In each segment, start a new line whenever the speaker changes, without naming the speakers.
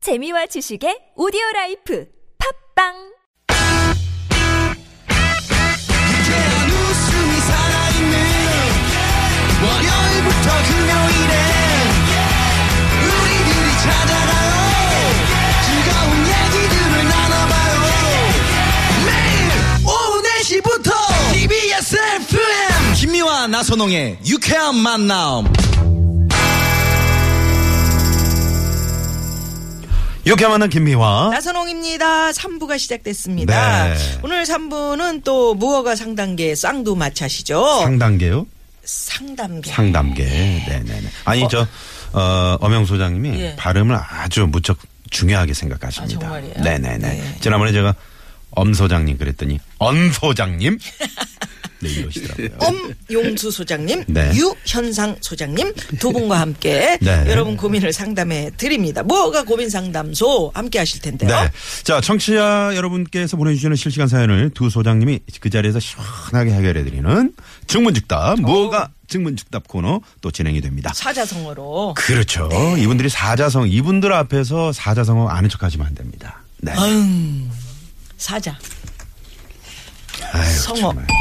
재미와 지식의 오디오 라이프 팝빵
유쾌한 웃음이 살아있는 월요일부터 금요일에 우리들이 찾아가요 즐거운 얘기들을 나눠봐요 매일 오후 4시부터 TBS FM 김미와 나선홍의 유쾌한 만남
이렇게 만난 김미화.
나선홍입니다. 3부가 시작됐습니다.
네.
오늘 3부는 또 무허가 상단계 쌍두 마차시죠.
상단계요?
상담. 계
상담계. 네네네. 아니, 저, 어, 엄영 소장님이
예.
발음을 아주 무척 중요하게 생각하십니다.
아, 정말이에요?
네네네.
네.
지난번에 제가 엄 소장님 그랬더니, 언 소장님? 네, 이러시더라고요.
엄용수 소장님,
네.
유현상 소장님 두 분과 함께
네.
여러분 고민을 상담해 드립니다. 무허가 고민 상담소 함께 하실 텐데요.
네. 자, 청취자 여러분께서 보내주시는 실시간 사연을 두 소장님이 그 자리에서 시원하게 해결해드리는 증문즉답, 뭐가 증문즉답 코너 또 진행이 됩니다.
사자성어로.
그렇죠. 이분들이 사자성, 이분들 앞에서 사자성어 아는 척 하시면 안 됩니다. 네.
음, 사자,
아유,
성어.
정말.
고기.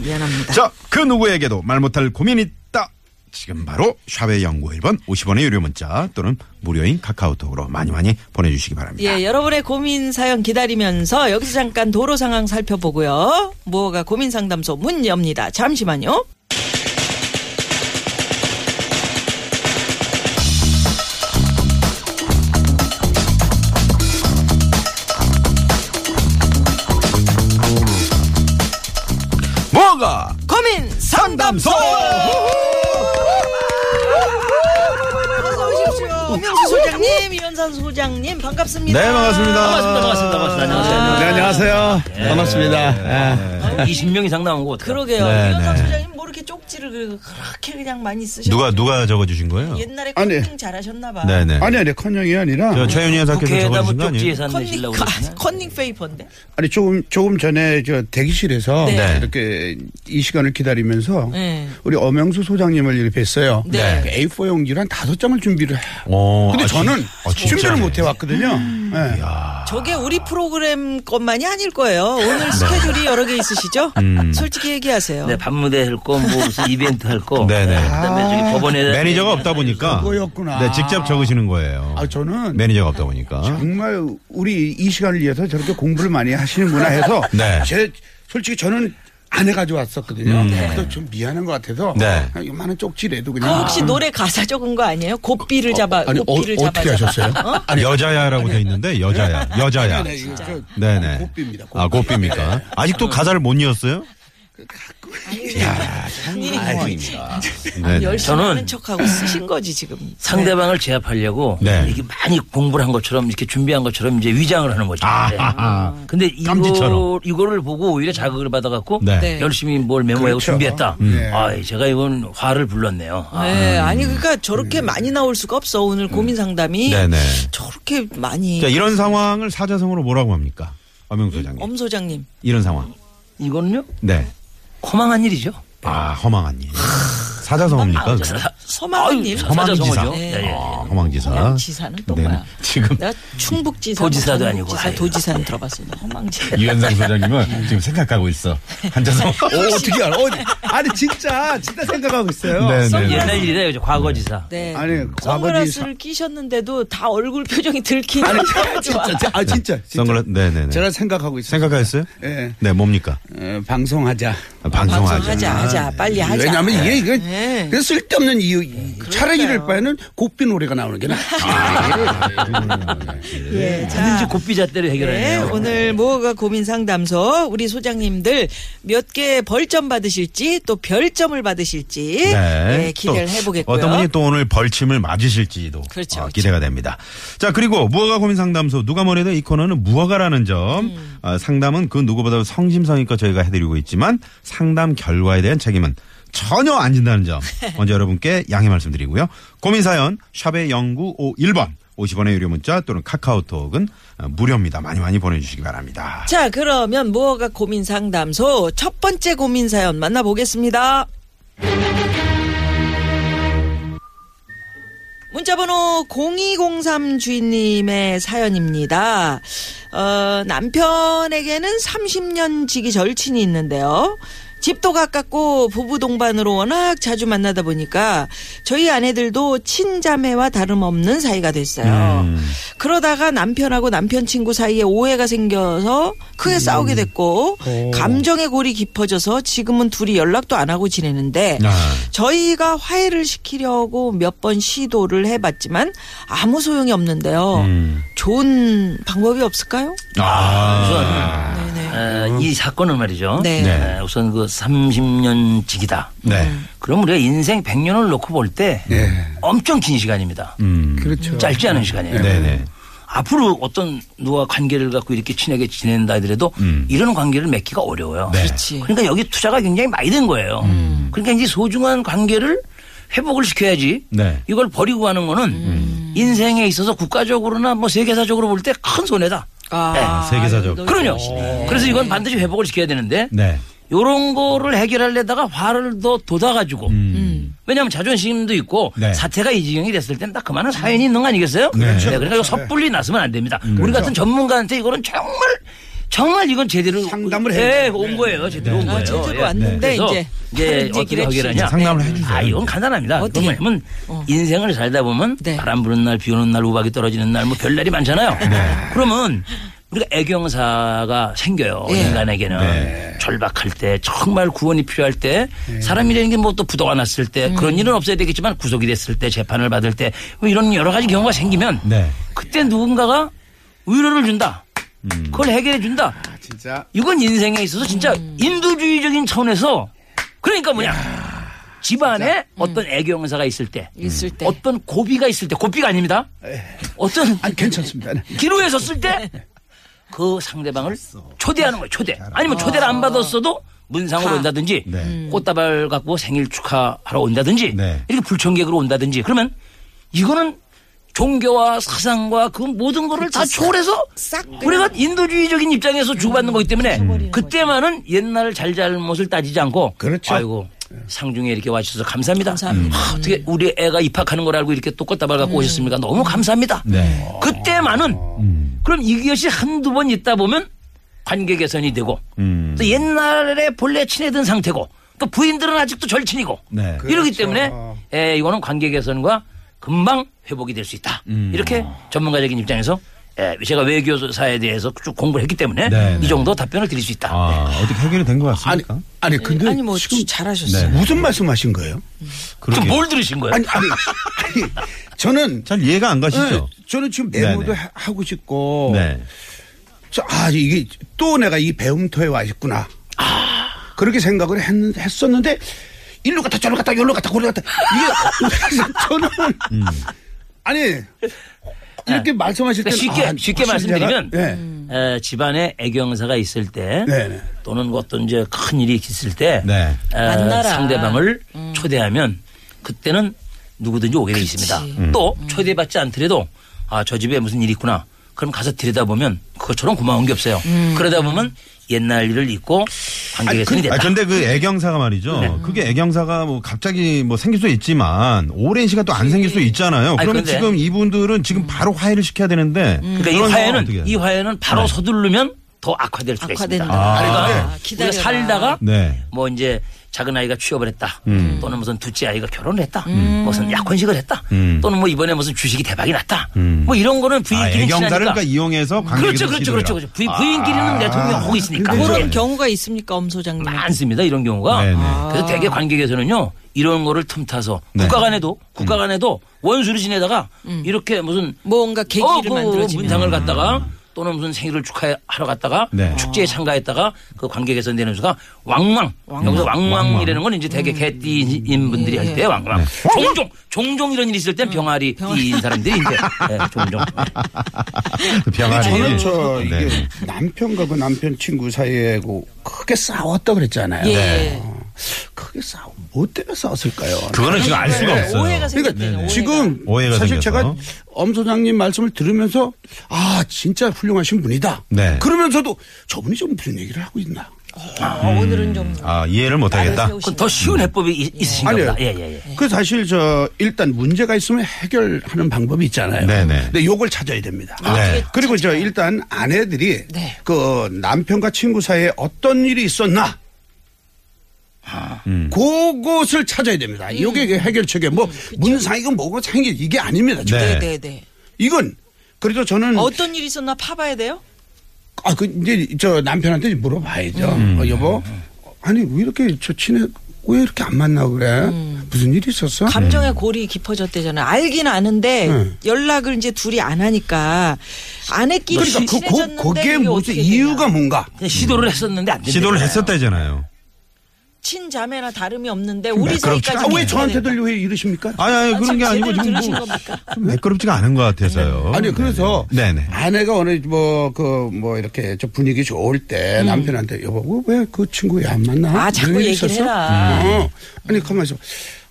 미안합니다.
자, 그 누구에게도 말 못할 고민이 있다. 지금 바로 샵의 연구 1번 50원의 유료 문자 또는 무료인 카카오톡으로 많이 많이 보내주시기 바랍니다.
예, 여러분의 고민 사연 기다리면서 여기서 잠깐 도로 상황 살펴보고요. 무허가 고민 상담소 문 엽니다. 잠시만요.
뭐가
고민 상담소! 어서 오십시오. 명수 소장님, 이현산 소장님, 반갑습니다. 아,
네, 반갑습니다. 네,
반갑습니다. 반갑습니다. 반갑습니다.
아,
안녕하세요.
안녕하세요.
반갑습니다.
예.
20명 이상 나온 것 같아요.
그러게요.
네,
이현산
네.
소장님 뭐 이렇게 쪽지를 그- 그렇게 그냥 많이 쓰셨
누가 누가 적어주신 거예요?
옛날에
아니.
컨닝 잘하셨나봐.
네네.
아니 아니 컨형이 아니라
저 최윤희 여사께서
국회에다
적어주신 거
그 쪽지에
아니에요?
서안
컨닝,
그러니까.
내시려고
아, 컨닝 페이퍼인데?
아니 조금 조금 전에 저 대기실에서
네.
이렇게 이 시간을 기다리면서
네.
우리 엄영수 소장님을 이렇게 뵀어요.
네.
그 A4 용지를 한 다섯 장을 준비를. 해요.
오,
근데
아, 진-
저는
아, 진짜네.
준비를 못 해 왔거든요.
음.
네.
아.
저게 우리 프로그램 것만이 아닐 거예요.
네.
오늘 스케줄이 여러 개 있으시죠?
음.
솔직히 얘기하세요.
네, 밤무대 할 거, 뭐 무슨 이벤트 할 거.
네네.
그다음에
아.
저기 법원에
매니저가 없다 보니까
그거였구나.
네, 직접 적으시는 거예요.
아 저는
매니저가 없다 보니까.
정말 우리 이 시간을 위해서 저렇게 공부를 많이 하시는구나 해서
네.
제 솔직히 저는 안 해가지고 왔었거든요. 그래서 좀 미안한 것 같아서
음. 네.
아, 이만한 쪽지라도
그
그냥.
혹시 노래 가사 적은 거 아니에요? 곱비를 잡아,
아니, 어,
곱비를 잡아.
어떻게
잡아.
하셨어요?
어?
여자야라고 돼 있는데 여자야, 여자야.
네, 이거 저-
네네.
곱비입니다. 곱비.
아, 곱비입니까? 아직도 가사를 못 이었어요? 네. 네.
열심히
저는-
하는 척하고 쓰신 거지, 지금. 네.
상대방을 제압하려고
네.
이렇게 많이 공부를 한 것처럼 이렇게 준비한 것처럼 이제 위장을 하는 거죠.
아,
네.
아, 아.
근데 이거
깜지처럼.
이거를 보고 오히려 자극을 받아갖고
네. 음.
네.
열심히 뭘 메모하고
그렇죠.
준비했다.
네.
아, 제가 이건 화를 불렀네요. 아,
네,
음.
아니, 그러니까 저렇게 많이 나올 수가 없어. 오늘 고민 상담이.
네네.
저렇게 많이.
자,
그러니까
이런 상황을 사자성어로 뭐라고 합니까? 엄영 소장님.
음, 엄 소장님.
이런 상황.
이거는요?
네.
허망한 일이죠.
아, 허망한 일.
아,
사자성어입니까?
음.
그거?
서마은 님.
아유,
허망지사.
사자성어죠. 네, 예, 예.
아, 허망지사.
허망지사는 또
네.
뭐야?
지금
내가 충북지사,
도지사도
뭐
아니고.
전북지사,
아유.
도지사는 들어봤어요. 허망지.
유현상 소장님은 지금 생각하고 있어. 한자성어.
네.
어, 어떻게 알아? 어디? 아니 진짜 진짜 생각하고 있어요.
네네.
예. 옛날 일이다, 이제 과거지사.
네.
아니,
선글라스를 끼셨는데도 다 얼굴 표정이 들키는
아니
거 좋아.
진짜 제- 아 진짜, 진짜.
선글라 네네네.
제가 생각하고 있어요.
생각하셨어요?
예.
네, 뭡니까?
어, 방송하자.
아, 방송하자.
방송하자, 하자, 빨리 하자.
왜냐하면 이게 이거
네.
그냥 쓸데없는 이유. 차라리 이럴 바에는 곱비 노래가 나오는 게 나.
네.
예,
든지
자.
곱비잣대로
네,
해결하네요.
오늘 무허가 고민 상담소 우리 소장님들 몇 개 벌점 받으실지 또 별점을 받으실지 예, 기대를
네. 또
해보겠고요.
어떤 분이 또 오늘 벌침을 맞으실지도
그렇죠,
어,
그렇죠.
기대가 됩니다. 자 그리고 무허가 고민 상담소 누가 뭐래도 이 코너는 무허가라는 점
음.
어, 상담은 그 누구보다도 성심성의껏 저희가 해드리고 있지만 상담 결과에 대한 책임은 전혀 안 진다는 점 먼저 여러분께 양해 말씀드리고요. 고민 사연 샵의 0951번 50원의 유료 문자 또는 카카오톡은 어, 무료입니다. 많이 많이 보내주시기 바랍니다.
자, 그러면 무허가 고민 상담소 첫 번째 고민 사연 만나보겠습니다. 문자번호 0203 주인님의 사연입니다. 어, 남편에게는 30년 지기 절친이 있는데요. 집도 가깝고 부부 동반으로 워낙 자주 만나다 보니까 저희 아내들도 친자매와 다름없는 사이가 됐어요. 그러다가 남편하고 남편 친구 사이에 오해가 생겨서 크게 싸우게 됐고 감정의 골이 깊어져서 지금은 둘이 연락도 안 하고 지내는데
아.
저희가 화해를 시키려고 몇 번 시도를 해봤지만 아무 소용이 없는데요. 좋은 방법이 없을까요?
아.
네네.
어, 이 사건은 말이죠.
네.
네.
어, 우선 그 30년 지기다.
네.
음.
그럼 우리가 인생 100년을 놓고 볼 때 엄청 긴 시간입니다.
음.
그렇죠.
짧지 않은 시간이에요.
네네.
앞으로 어떤 누가 관계를 갖고 이렇게 친하게 지낸다 하더라도
음.
이런 관계를 맺기가 어려워요.
네.
그렇지.
그러니까 여기 투자가 굉장히 많이 된 거예요.
음.
그러니까 이제 소중한 관계를 회복을 시켜야지
네.
이걸 버리고 가는 거는
음.
인생에 있어서 국가적으로나 뭐 세계사적으로 볼 때 큰 손해다.
아,
네, 세계사적.
너무
그럼요.
좋으시네.
그래서 이건 반드시 회복을 시켜야 되는데
네.
요런 거를 해결하려다가 화를 더 돋아가지고 왜냐하면 자존심도 있고
음. 네.
사태가 이 지경이 됐을 땐 딱 그만한 사연이 있는 거 아니겠어요?
그렇죠.
그러니까 이거 섣불리 나서면 안 됩니다.
음.
우리 같은 전문가한테 이거는 정말 정말 이건 제대로
상담을 해야
예,
되는데.
온 거예요. 제대로 온 거예요.
제대로
예.
왔는데
그래서
이제
이제
이제
어떻게
길에
해결하냐?
네.
상담을 해주세요.
아, 이건 간단합니다.
어떻게?
그건 뭐냐면 인생을 살다 보면
네.
바람 부는 날, 비 오는 날, 우박이 떨어지는 날, 뭐 별날이 많잖아요. 그러면 우리가 애경사가 생겨요.
예.
인간에게는. 절박할 때, 정말 구원이 필요할 때, 사람이라는 게 뭐 또 부도가 났을 때, 그런 일은 없어야 되겠지만 구속이 됐을 때, 재판을 받을 때, 뭐 이런 여러 가지 경우가 생기면
네.
그때 누군가가 위로를 준다. 그걸 해결해 준다.
진짜.
이건 인생에 있어서 진짜 인도주의적인 차원에서 그러니까 뭐냐 집안에 어떤 애경사가 음. 있을 때,
있을
네.
때.
어떤 고비가 있을 때 고비가 아닙니다 어떤
아니 네. 괜찮습니다. 네.
기로에서 쓸 때 그 상대방을 초대하는 거예요 초대 아니면 초대를 안 받았어도 문상으로
가.
온다든지
네. 음.
꽃다발 갖고 생일 축하하러 온다든지
네.
이렇게 불청객으로 온다든지 그러면 이거는 종교와 사상과 그 모든 거를 다 초월해서
싹 음.
우리가 인도주의적인 입장에서 주고받는 거기 때문에 그때만은 옛날 잘잘못을 따지지 않고
그렇죠.
아이고 상중에 이렇게 와주셔서 감사합니다.
감사합니다.
아, 어떻게 우리 애가 입학하는 걸 알고 이렇게 또 꽃다발 갖고 오셨습니까? 너무 감사합니다.
음. 네. 음.
그때만은 그럼 이것이 한두 번 있다 보면 관계 개선이 되고
음.
또 옛날에 본래 친해든 상태고 또 부인들은 아직도 절친이고
네.
이러기
그렇죠.
때문에 에, 이거는 관계 개선과 금방 회복이 될 수 있다.
음.
이렇게
아.
전문가적인 입장에서 에, 제가 외교사에 대해서 쭉 공부를 했기 때문에
네, 네.
이 정도 답변을 드릴 수 있다.
아, 어떻게 해결이 된 것
아니
같습니까? 네.
아니 근데
아니 뭐
지금 네.
잘하셨어요.
무슨 말씀하신 거예요?
그럼
그렇게.
뭘 들으신 거예요?
아니 아니, 아니 저는
잘 이해가 안 가시죠?
네, 어. 저는 지금 메모도
네네.
하- 하고 싶고
네.
저, 아 이게 또 내가 이 배움터에 와 있구나.
아.
그렇게 생각을 했, 었는데 일로 갔다 저로 갔다 여기로 갔다 거기로 갔다 이게 그래서 저는
음.
아니 이렇게 말씀하실 아, 때
그러니까 쉽게 쉽게 말씀드리면
네.
음.
에, 집안에 애경사가 있을 때
네, 네.
또는 어떤 이제 큰 일이 있을 때
네.
에,
만나라. 음.
상대방을 초대하면 그때는 누구든지 오게 돼 있습니다.
음.
또 초대받지 않더라도 아 저 집에 무슨 일이 있구나. 그럼 가서 들여다보면 그것처럼 고마운 게 없어요.
음.
그러다 보면 옛날 일을 잊고 관계 개선이
아,
됐다.
근데 그 애경사가 말이죠. 그게 애경사가 뭐 갑자기 뭐 생길 수 있지만 오랜 시간 또 안 생길 수 있잖아요.
아니,
그러면
근데-
지금 이분들은 지금 바로 화해를 시켜야 되는데.
그러니까 이
그런 상황은
화해는
어떻게 해야
이
돼요? 네.
화해는 바로 서두르면 더 악화될 수가
악화된다.
있습니다.
아.
그러니까
기다려라.
우리가 살다가
네.
뭐 이제 작은 아이가 취업을 했다 또는 무슨 둘째 아이가 결혼을 했다 무슨 약혼식을 했다
음.
또는 뭐 이번에 무슨 주식이 대박이 났다 뭐 이런 거는
아,
부인끼리
애경사를
친하니까
그러니까 이용해서 관계
그렇죠
개선 시도를
그렇죠
아. 그러니까
그렇죠 그렇죠. 부인, 부인끼리는 대통령 하고 있으니까
그런
예.
경우가 있습니까, 엄 소장님?
많습니다 이런 경우가
네네.
그래서 대개 관객에서는요 이런 거를 틈타서
네.
국가 간에도 국가 간에도 원수로 지내다가 이렇게 무슨
뭔가 계기를
어, 그
만들어지면.
문상을 갔다가 또는 무슨 생일을 축하하러 갔다가
네.
축제에 참가했다가 그 관객 개선되는 수가 왕왕, 여기서 왕왕이라는 건 이제
음.
되게 개띠인 분들이
예,
할 때 왕왕 종종 종종 이런 일이 있을
음.
땐 병아리 띠인 사람들이 이제 네, 종종
병아리.
저는
음.
저 그렇죠. 이게
네.
남편과 그 남편 친구 사이에 그 크게 싸웠다 그랬잖아요.
예.
어, 크게 싸우 뭐 때문에 싸웠을까요?
그거는 지금 알 수가 없어요.
오해가 생겼
그러니까
잖요
지금
오해가 생겨서.
사실 제가 엄 소장님 말씀을 들으면서 아 진짜 훌륭하신 분이다.
네.
그러면서도 저분이 좀 무슨 얘기를 하고 있나.
어, 오늘은 좀
아, 이해를 못하겠다.
세우시네.
그건 더 쉬운 해법이 있- 있으신가
아니에요.
보다. 예, 예,
네.
예.
그 사실 저 일단 문제가 있으면 해결하는 방법이 있잖아요.
네네.
근데 요걸 찾아야 됩니다.
네.
그리고 저 일단 아내들이
네.
그 남편과 친구 사이에 어떤 일이 있었나 아,
음.
그곳을 찾아야 됩니다.
음.
이게 해결책에 뭐
그렇죠.
문상이고 뭐고 생길 이게 아닙니다. 지금.
네.
네, 네.
이건 그래도 저는
어떤 일이 있었나 파봐야 돼요?
아, 그, 이제, 저, 남편한테 물어봐야죠. 어, 여보, 아니, 왜 이렇게 저 친해, 왜 이렇게 안 만나고 그래?
음.
무슨 일이 있었어?
감정의 골이 깊어졌대잖아요. 알긴 아는데
음.
연락을 이제 둘이 안 하니까 아내끼리
그러니까, 그, 그,
친해졌는데
거기에
그게
무슨
어떻게
이유가
되냐.
뭔가?
그냥 시도를 했었는데 안 된다.
시도를 했었다잖아요.
친자매나 다름이 없는데 우리
매끄럽지
사이까지 뭐 그러니까.
아, 왜
해야 된다.
저한테들 왜 이러십니까?
아니, 아니,
아,
그런 게
지금
아니고
제대로
지금
들으신
뭐
겁니까?
좀 매끄럽지가 않은 것 같아서요.
아니, 그래서
네네. 네네.
아내가 어느, 뭐, 그, 뭐, 이렇게 저 분위기 좋을 때 남편한테, 여보, 왜 그 친구 왜 안 만나?
음. 아, 자꾸
무슨 일이
얘기를
있었어?
해라. 음.
어. 아니, 가만있어.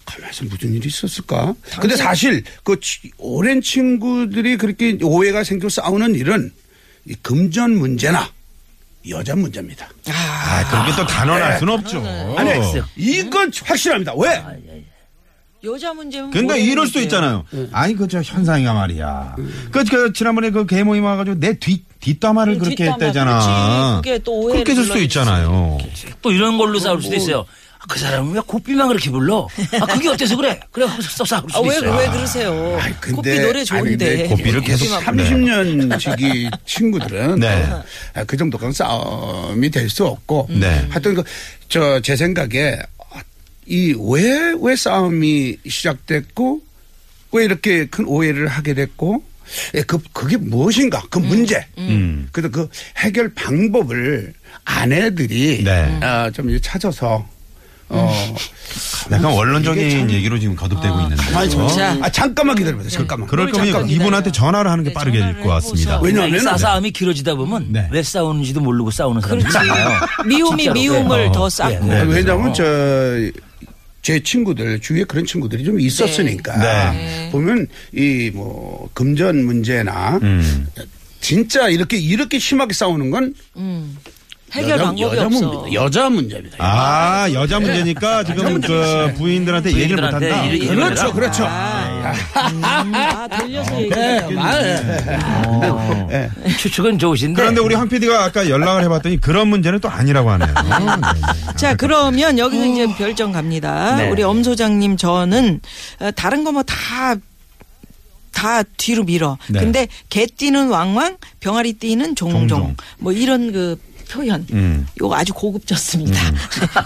가만있어. 무슨 일이 있었을까? 근데 사실, 그, 치- 오랜 친구들이 그렇게 오해가 생겨 싸우는 일은 이 금전 문제나 여자 문제입니다.
아, 그렇게 또 단언할
네.
수는 없죠.
아니, 이건 확실합니다. 왜?
아, 여자 문제면
그러니까
뭐예요,
이럴 수도
이게? 네.
있잖아요. 아니 그저 현상이가 말이야. 그, 그 지난번에 그 개 모임 와가지고 내 뒷 뒷담화를
음,
그렇게
뒷담화.
했대잖아.
그렇지. 그게 또 오해를
그렇게 될 수도
불러일으키지.
있잖아요.
또 이런 걸로 싸울 수도 있어요. 아, 그 사람은 왜 고삐만 그렇게 불러? 아, 그게 어때서 그래? 그래, 하면서 싸울 수도
아, 왜,
있어요.
왜 그러세요?
아이, 근데-
코피 노래
아니,
좋은데. 네,
근데
고삐를 계속
30년 지기 친구들은
네.
아, 그 정도까지 싸움이 될 수 없고
네.
하여튼 그, 저 제 생각에 아, 이 왜 왜 싸움이 시작됐고 왜 이렇게 큰 오해를 하게 됐고 예, 그 그게 무엇인가 그 문제 그래서 그 해결 방법을 아내들이
네.
아, 좀 이제 찾아서 어
약간 원론적인 얘기로 지금 거듭되고
아니,
있는데요.
자, 아, 잠깐만 기다려보세요 잠깐만
그럴 거면
잠깐
이분한테 전화를 하는 게
네,
빠르게 될
전화를
것 같습니다.
해보자.
왜냐하면
싸, 그러니까 싸움이 길어지다 보면
네.
왜 싸우는지도 모르고 싸우는 사람들이 많아요.
미움이
진짜로.
미움을
어.
예.
더 쌓고.
네.
아니, 왜냐하면 저 제 친구들 주위에 그런 친구들이 좀 있었으니까
네.
보면 이 뭐 금전 문제나
음.
진짜 이렇게 이렇게 심하게 싸우는 건
해결 방법이
여자
없어.
문제, 여자 문제입니다.
아 여자
네.
문제니까 지금 그 부인들한테 얘기를
부인들한테
못한다.
이래- 이래-
그렇죠, 그렇죠.
아, 돌려서 얘기해요.
추측은 좋으신데.
그렇죠. 그런데 우리 황 PD가 아까 연락을 해봤더니 그런 문제는 또 아니라고 하네요.
자, 그러면 여기서 이제 별점 갑니다.
아. 음. 네.
우리 엄 소장님 저는 어, 다른 거 뭐 다 다 뒤로 밀어.
네.
근데 개 뛰는 왕왕, 병아리 뛰는 종종.
종종.
뭐 이런 그 표현.
음.
요거 아주 고급졌습니다.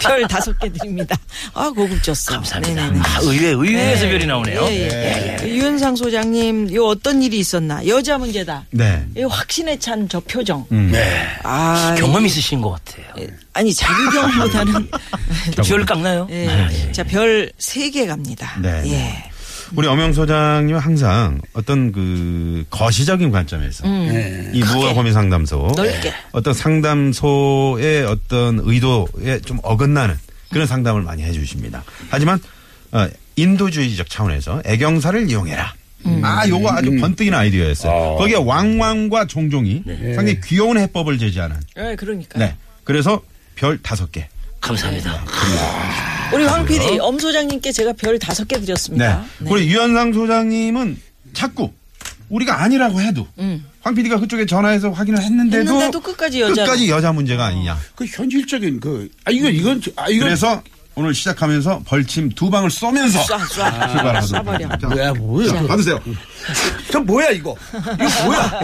별 다섯 개 드립니다. 아, 고급졌어.
음. 감사합니다.
네네네.
아, 의외, 의외에서 별이 나오네요.
예, 예. 유현상 소장님, 요 어떤 일이 있었나? 여자 문제다.
네.
이 확신에 찬 저 표정.
네.
아,
음. 경험 있으신 것
예.
같아요.
아니 자기 경험보다는
기어를 깎나요?
예. 자 별 세 개 갑니다.
네.
예.
우리 엄영 소장님은 항상 어떤 그 거시적인 관점에서 이 무허가 고민 상담소
음. 네. 넓게.
어떤 상담소의 어떤 의도에 좀 어긋나는 그런 상담을 많이 해주십니다. 하지만 어, 인도주의적 차원에서 애경사를 이용해라.
음.
아, 요거 아주 번뜩이는 아이디어였어요. 거기에 왕왕과 종종이 상당히 귀여운 해법을 제시하는.
예, 그러니까.
네. 그래서 별 다섯 개.
감사합니다.
우리 황 PD, 엄 소장님께 제가 별 다섯 개
아, 네.
드렸습니다. 네.
우리 유현상 소장님은 자꾸 우리가 아니라고 해도 황 PD가 그쪽에 전화해서 확인을 했는데도,
음. 했는데도 끝까지 여자로. 어.
끝까지 여자 문제가 아니냐.
그 현실적인 그, 아, 이거, 이건, 아, 이거.
그래서 오늘 시작하면서 벌침 두 방을 쏘면서
쏴, 쏴.
출발하도록
쏴버려.
하겠습니다.
뭐야, 뭐야.
받으세요.
저 뭐야, 이거. 이거 뭐야.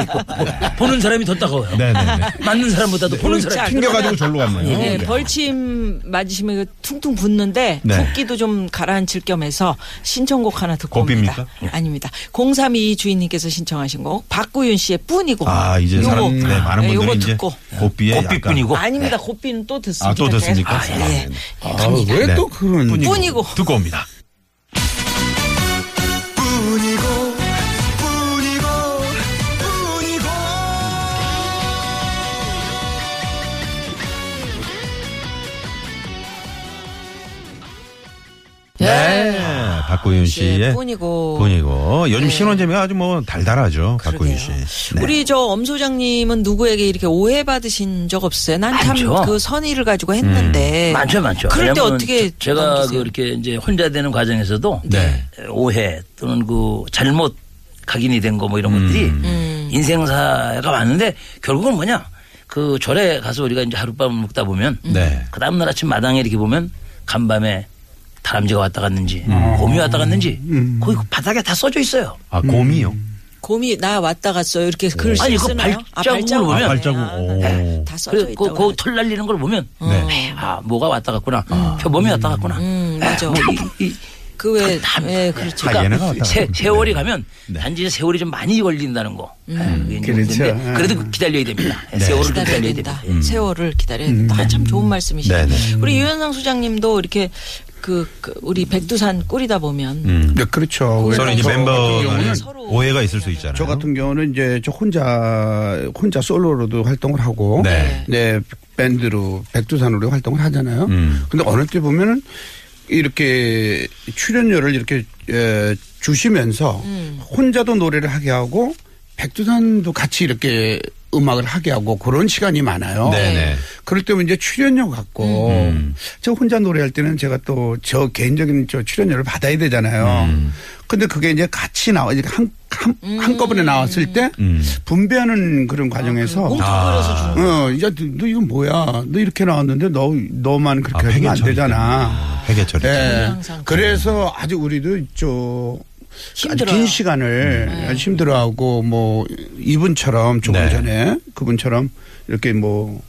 예.
보는 사람이 더 따가워요.
네네네.
맞는 사람보다도 보는
자,
사람이.
튕겨가지고 절로 갔네요.
네, 벌침 맞으시면 이거 퉁퉁 붓는데
네.
붓기도 좀 가라앉힐 겸해서 신청곡 하나 듣고
고삐입니까? 네.
옵니다. 아닙니다. 0322 주인님께서 신청하신 곡 박구윤 씨의 뿐이고.
아, 이제
요거,
사람, 네, 많은
네,
분들이
요거
이제
듣고.
고삐에
어, 그 고삐뿐이고.
아닙니다. 고삐는 또 듣습니다.
아, 또 듣습니까?
계속.
아,
예. 네.
네.
아, 왜 또 그런.
약간
뿐이고.
듣고 옵니다.
뿐이고 뿐이고 뿐이고
네. 박구윤 씨의
예. 뿐이고.
뿐이고. 그러니까. 요즘
네.
신혼재미가 아주 뭐 달달하죠. 박구윤
그러게요.
씨. 네.
우리 저 엄 소장님은 누구에게 이렇게 오해받으신 적 없어요? 난 참
많죠. 음.
그 선의를 가지고 했는데.
많죠, 많죠.
네. 그럴 때
왜냐면은
어떻게
제- 제가
넘기세요?
그렇게 이제 혼자 되는 과정에서도
네.
오해 또는 그 잘못 각인이 된 거 뭐 이런 것들이 인생사가 많은데 결국은 뭐냐 그 절에 가서 우리가 이제 하룻밤 묵다 보면
네.
그 다음 날 아침 마당에 이렇게 보면 간밤에 다람쥐가 왔다 갔는지 곰이 왔다 갔는지 거기 그 바닥에 다 써져 있어요.
아, 곰이요?
음.
곰이 나 왔다 갔어요. 이렇게 글씨
아니, 그
쓰나요? 아,
발자국을 보면.
아,
발자국. 오.
네. 다 써져
그래,
있다고.
그, 그, 털 날리는 걸 보면, 에이, 아, 뭐가 왔다 갔구나. 표범이 왔다 갔구나.
음, 맞아.
뭐 이- 이-
그외
다 합니다.
예, 그렇죠.
아, 얘네가 왔다
그러니까 세,
갔구나.
세월이 가면 단지 세월이 좀 많이 걸린다는 거. 예, 그게
그렇죠.
문제인데 그래도 기다려야 됩니다. 예, 세월을 좀
기다려야
기다려야 됩니다. 음.
된다. 세월을 기다려야 된다. 아, 참 좋은 말씀이시죠.
네네.
우리 유현상 소장님도 이렇게 그, 그 우리 백두산 꾸리다 보면
음.
네, 그렇죠.
서로 이제
저 같은
멤버 네. 간에
경우는
서로
오해가 있을 수 있잖아요.
저 같은 경우는 이제 저 혼자 혼자 솔로로도 활동을 하고
네.
네, 밴드로 백두산으로 활동을 하잖아요.
음.
근데 어느 때 보면은 이렇게 출연료를 이렇게 에, 주시면서
음.
혼자도 노래를 하게 하고 백두산도 같이 이렇게 음악을 하게 하고 그런 시간이 많아요.
네네. 음.
그럴 때면 이제 출연료 갖고 저 혼자 노래할 때는 제가 또 저 개인적인 저 출연료를 받아야 되잖아요.
음.
근데 그게 이제 같이 나와 이제 한, 한 한꺼번에 나왔을 때
음.
분배하는 그런 과정에서
뭉뚱그려서 주는
아.
어, 야, 너, 너 이건 뭐야? 너 이렇게 나왔는데 너 너만 그렇게
아,
하면 안
회계처리
되잖아.
때문에. 회계처리 때문에.
예.
항상
그래서 아주 우리도 저 아주
힘들어요. 네.
긴 시간을 힘들어하고 뭐 이분처럼 조금
네.
전에 그분처럼 이렇게 뭐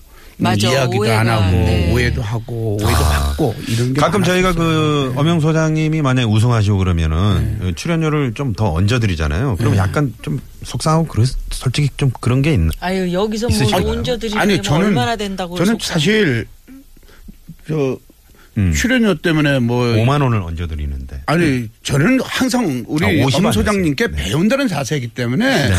맞아,
이야기도 안
오해가,
하고
네.
오해도 하고 오해도 받고 이런 게
아. 가끔 저희가
많았었어요.
그 엄영 소장님이 만약에 우승하시고 그러면은
네.
출연료를 좀 더 얹어드리잖아요. 그럼 약간 좀 속상하고 그래서 솔직히 좀 그런 게 있나?
아유 여기서 뭐
있으신가요?
얹어드리는
아니
게
저는
얼마나 된다고
저는
속상-
사실 저
음.
출연료 때문에 뭐
5만 원을 얹어드리는데.
아니 저는 항상 우리
아, 50만
엄 소장님께
했어요. 네.
배운다는 자세이기 때문에
네.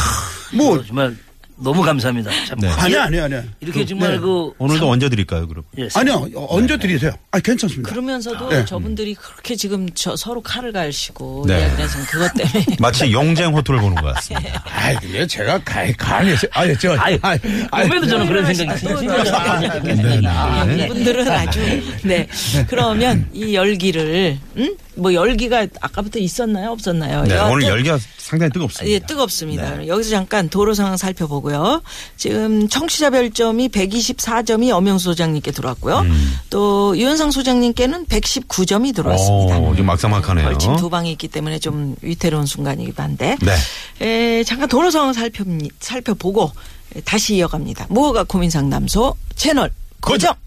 뭐
정말 너무 감사합니다. 참.
아니 아니 아니
이렇게
네.
정말 그.
오늘도
참-
얹어드릴까요, 그럼?
예,
아니요 언제 드리세요? 아 괜찮습니다.
그러면서도
네.
저분들이 그렇게 지금 저, 서로 칼을 갈시고
네.
이야기를 해서 그것 때문에
마치 영쟁 호투를 보는 것 같습니다.
아 근데 제가 가에 가에 아니 저
아유,
아이, 아이,
꿈에도 저는 그런 생각이 네.
아,
있어요.
이분들은 아주 네 그러면 이 열기를 음? 뭐 열기가 아까부터 있었나요 없었나요?
네,
여하튼
오늘 열기가 상당히
예,
뜨겁습니다. 네.
뜨겁습니다. 여기서 잠깐 도로 상황 살펴보고요. 지금 청취자 별점이 124점이 엄영수 소장님께 들어왔고요.
음.
또 유현상 소장님께는 119점이 들어왔습니다.
오, 지금 막상막하네요.
벌침 두 방이 있기 때문에 좀 위태로운 순간이기도 한데.
네.
에, 잠깐 도로 상황 살펴, 살펴보고 다시 이어갑니다. 무허가 고민 상담소 채널 고정.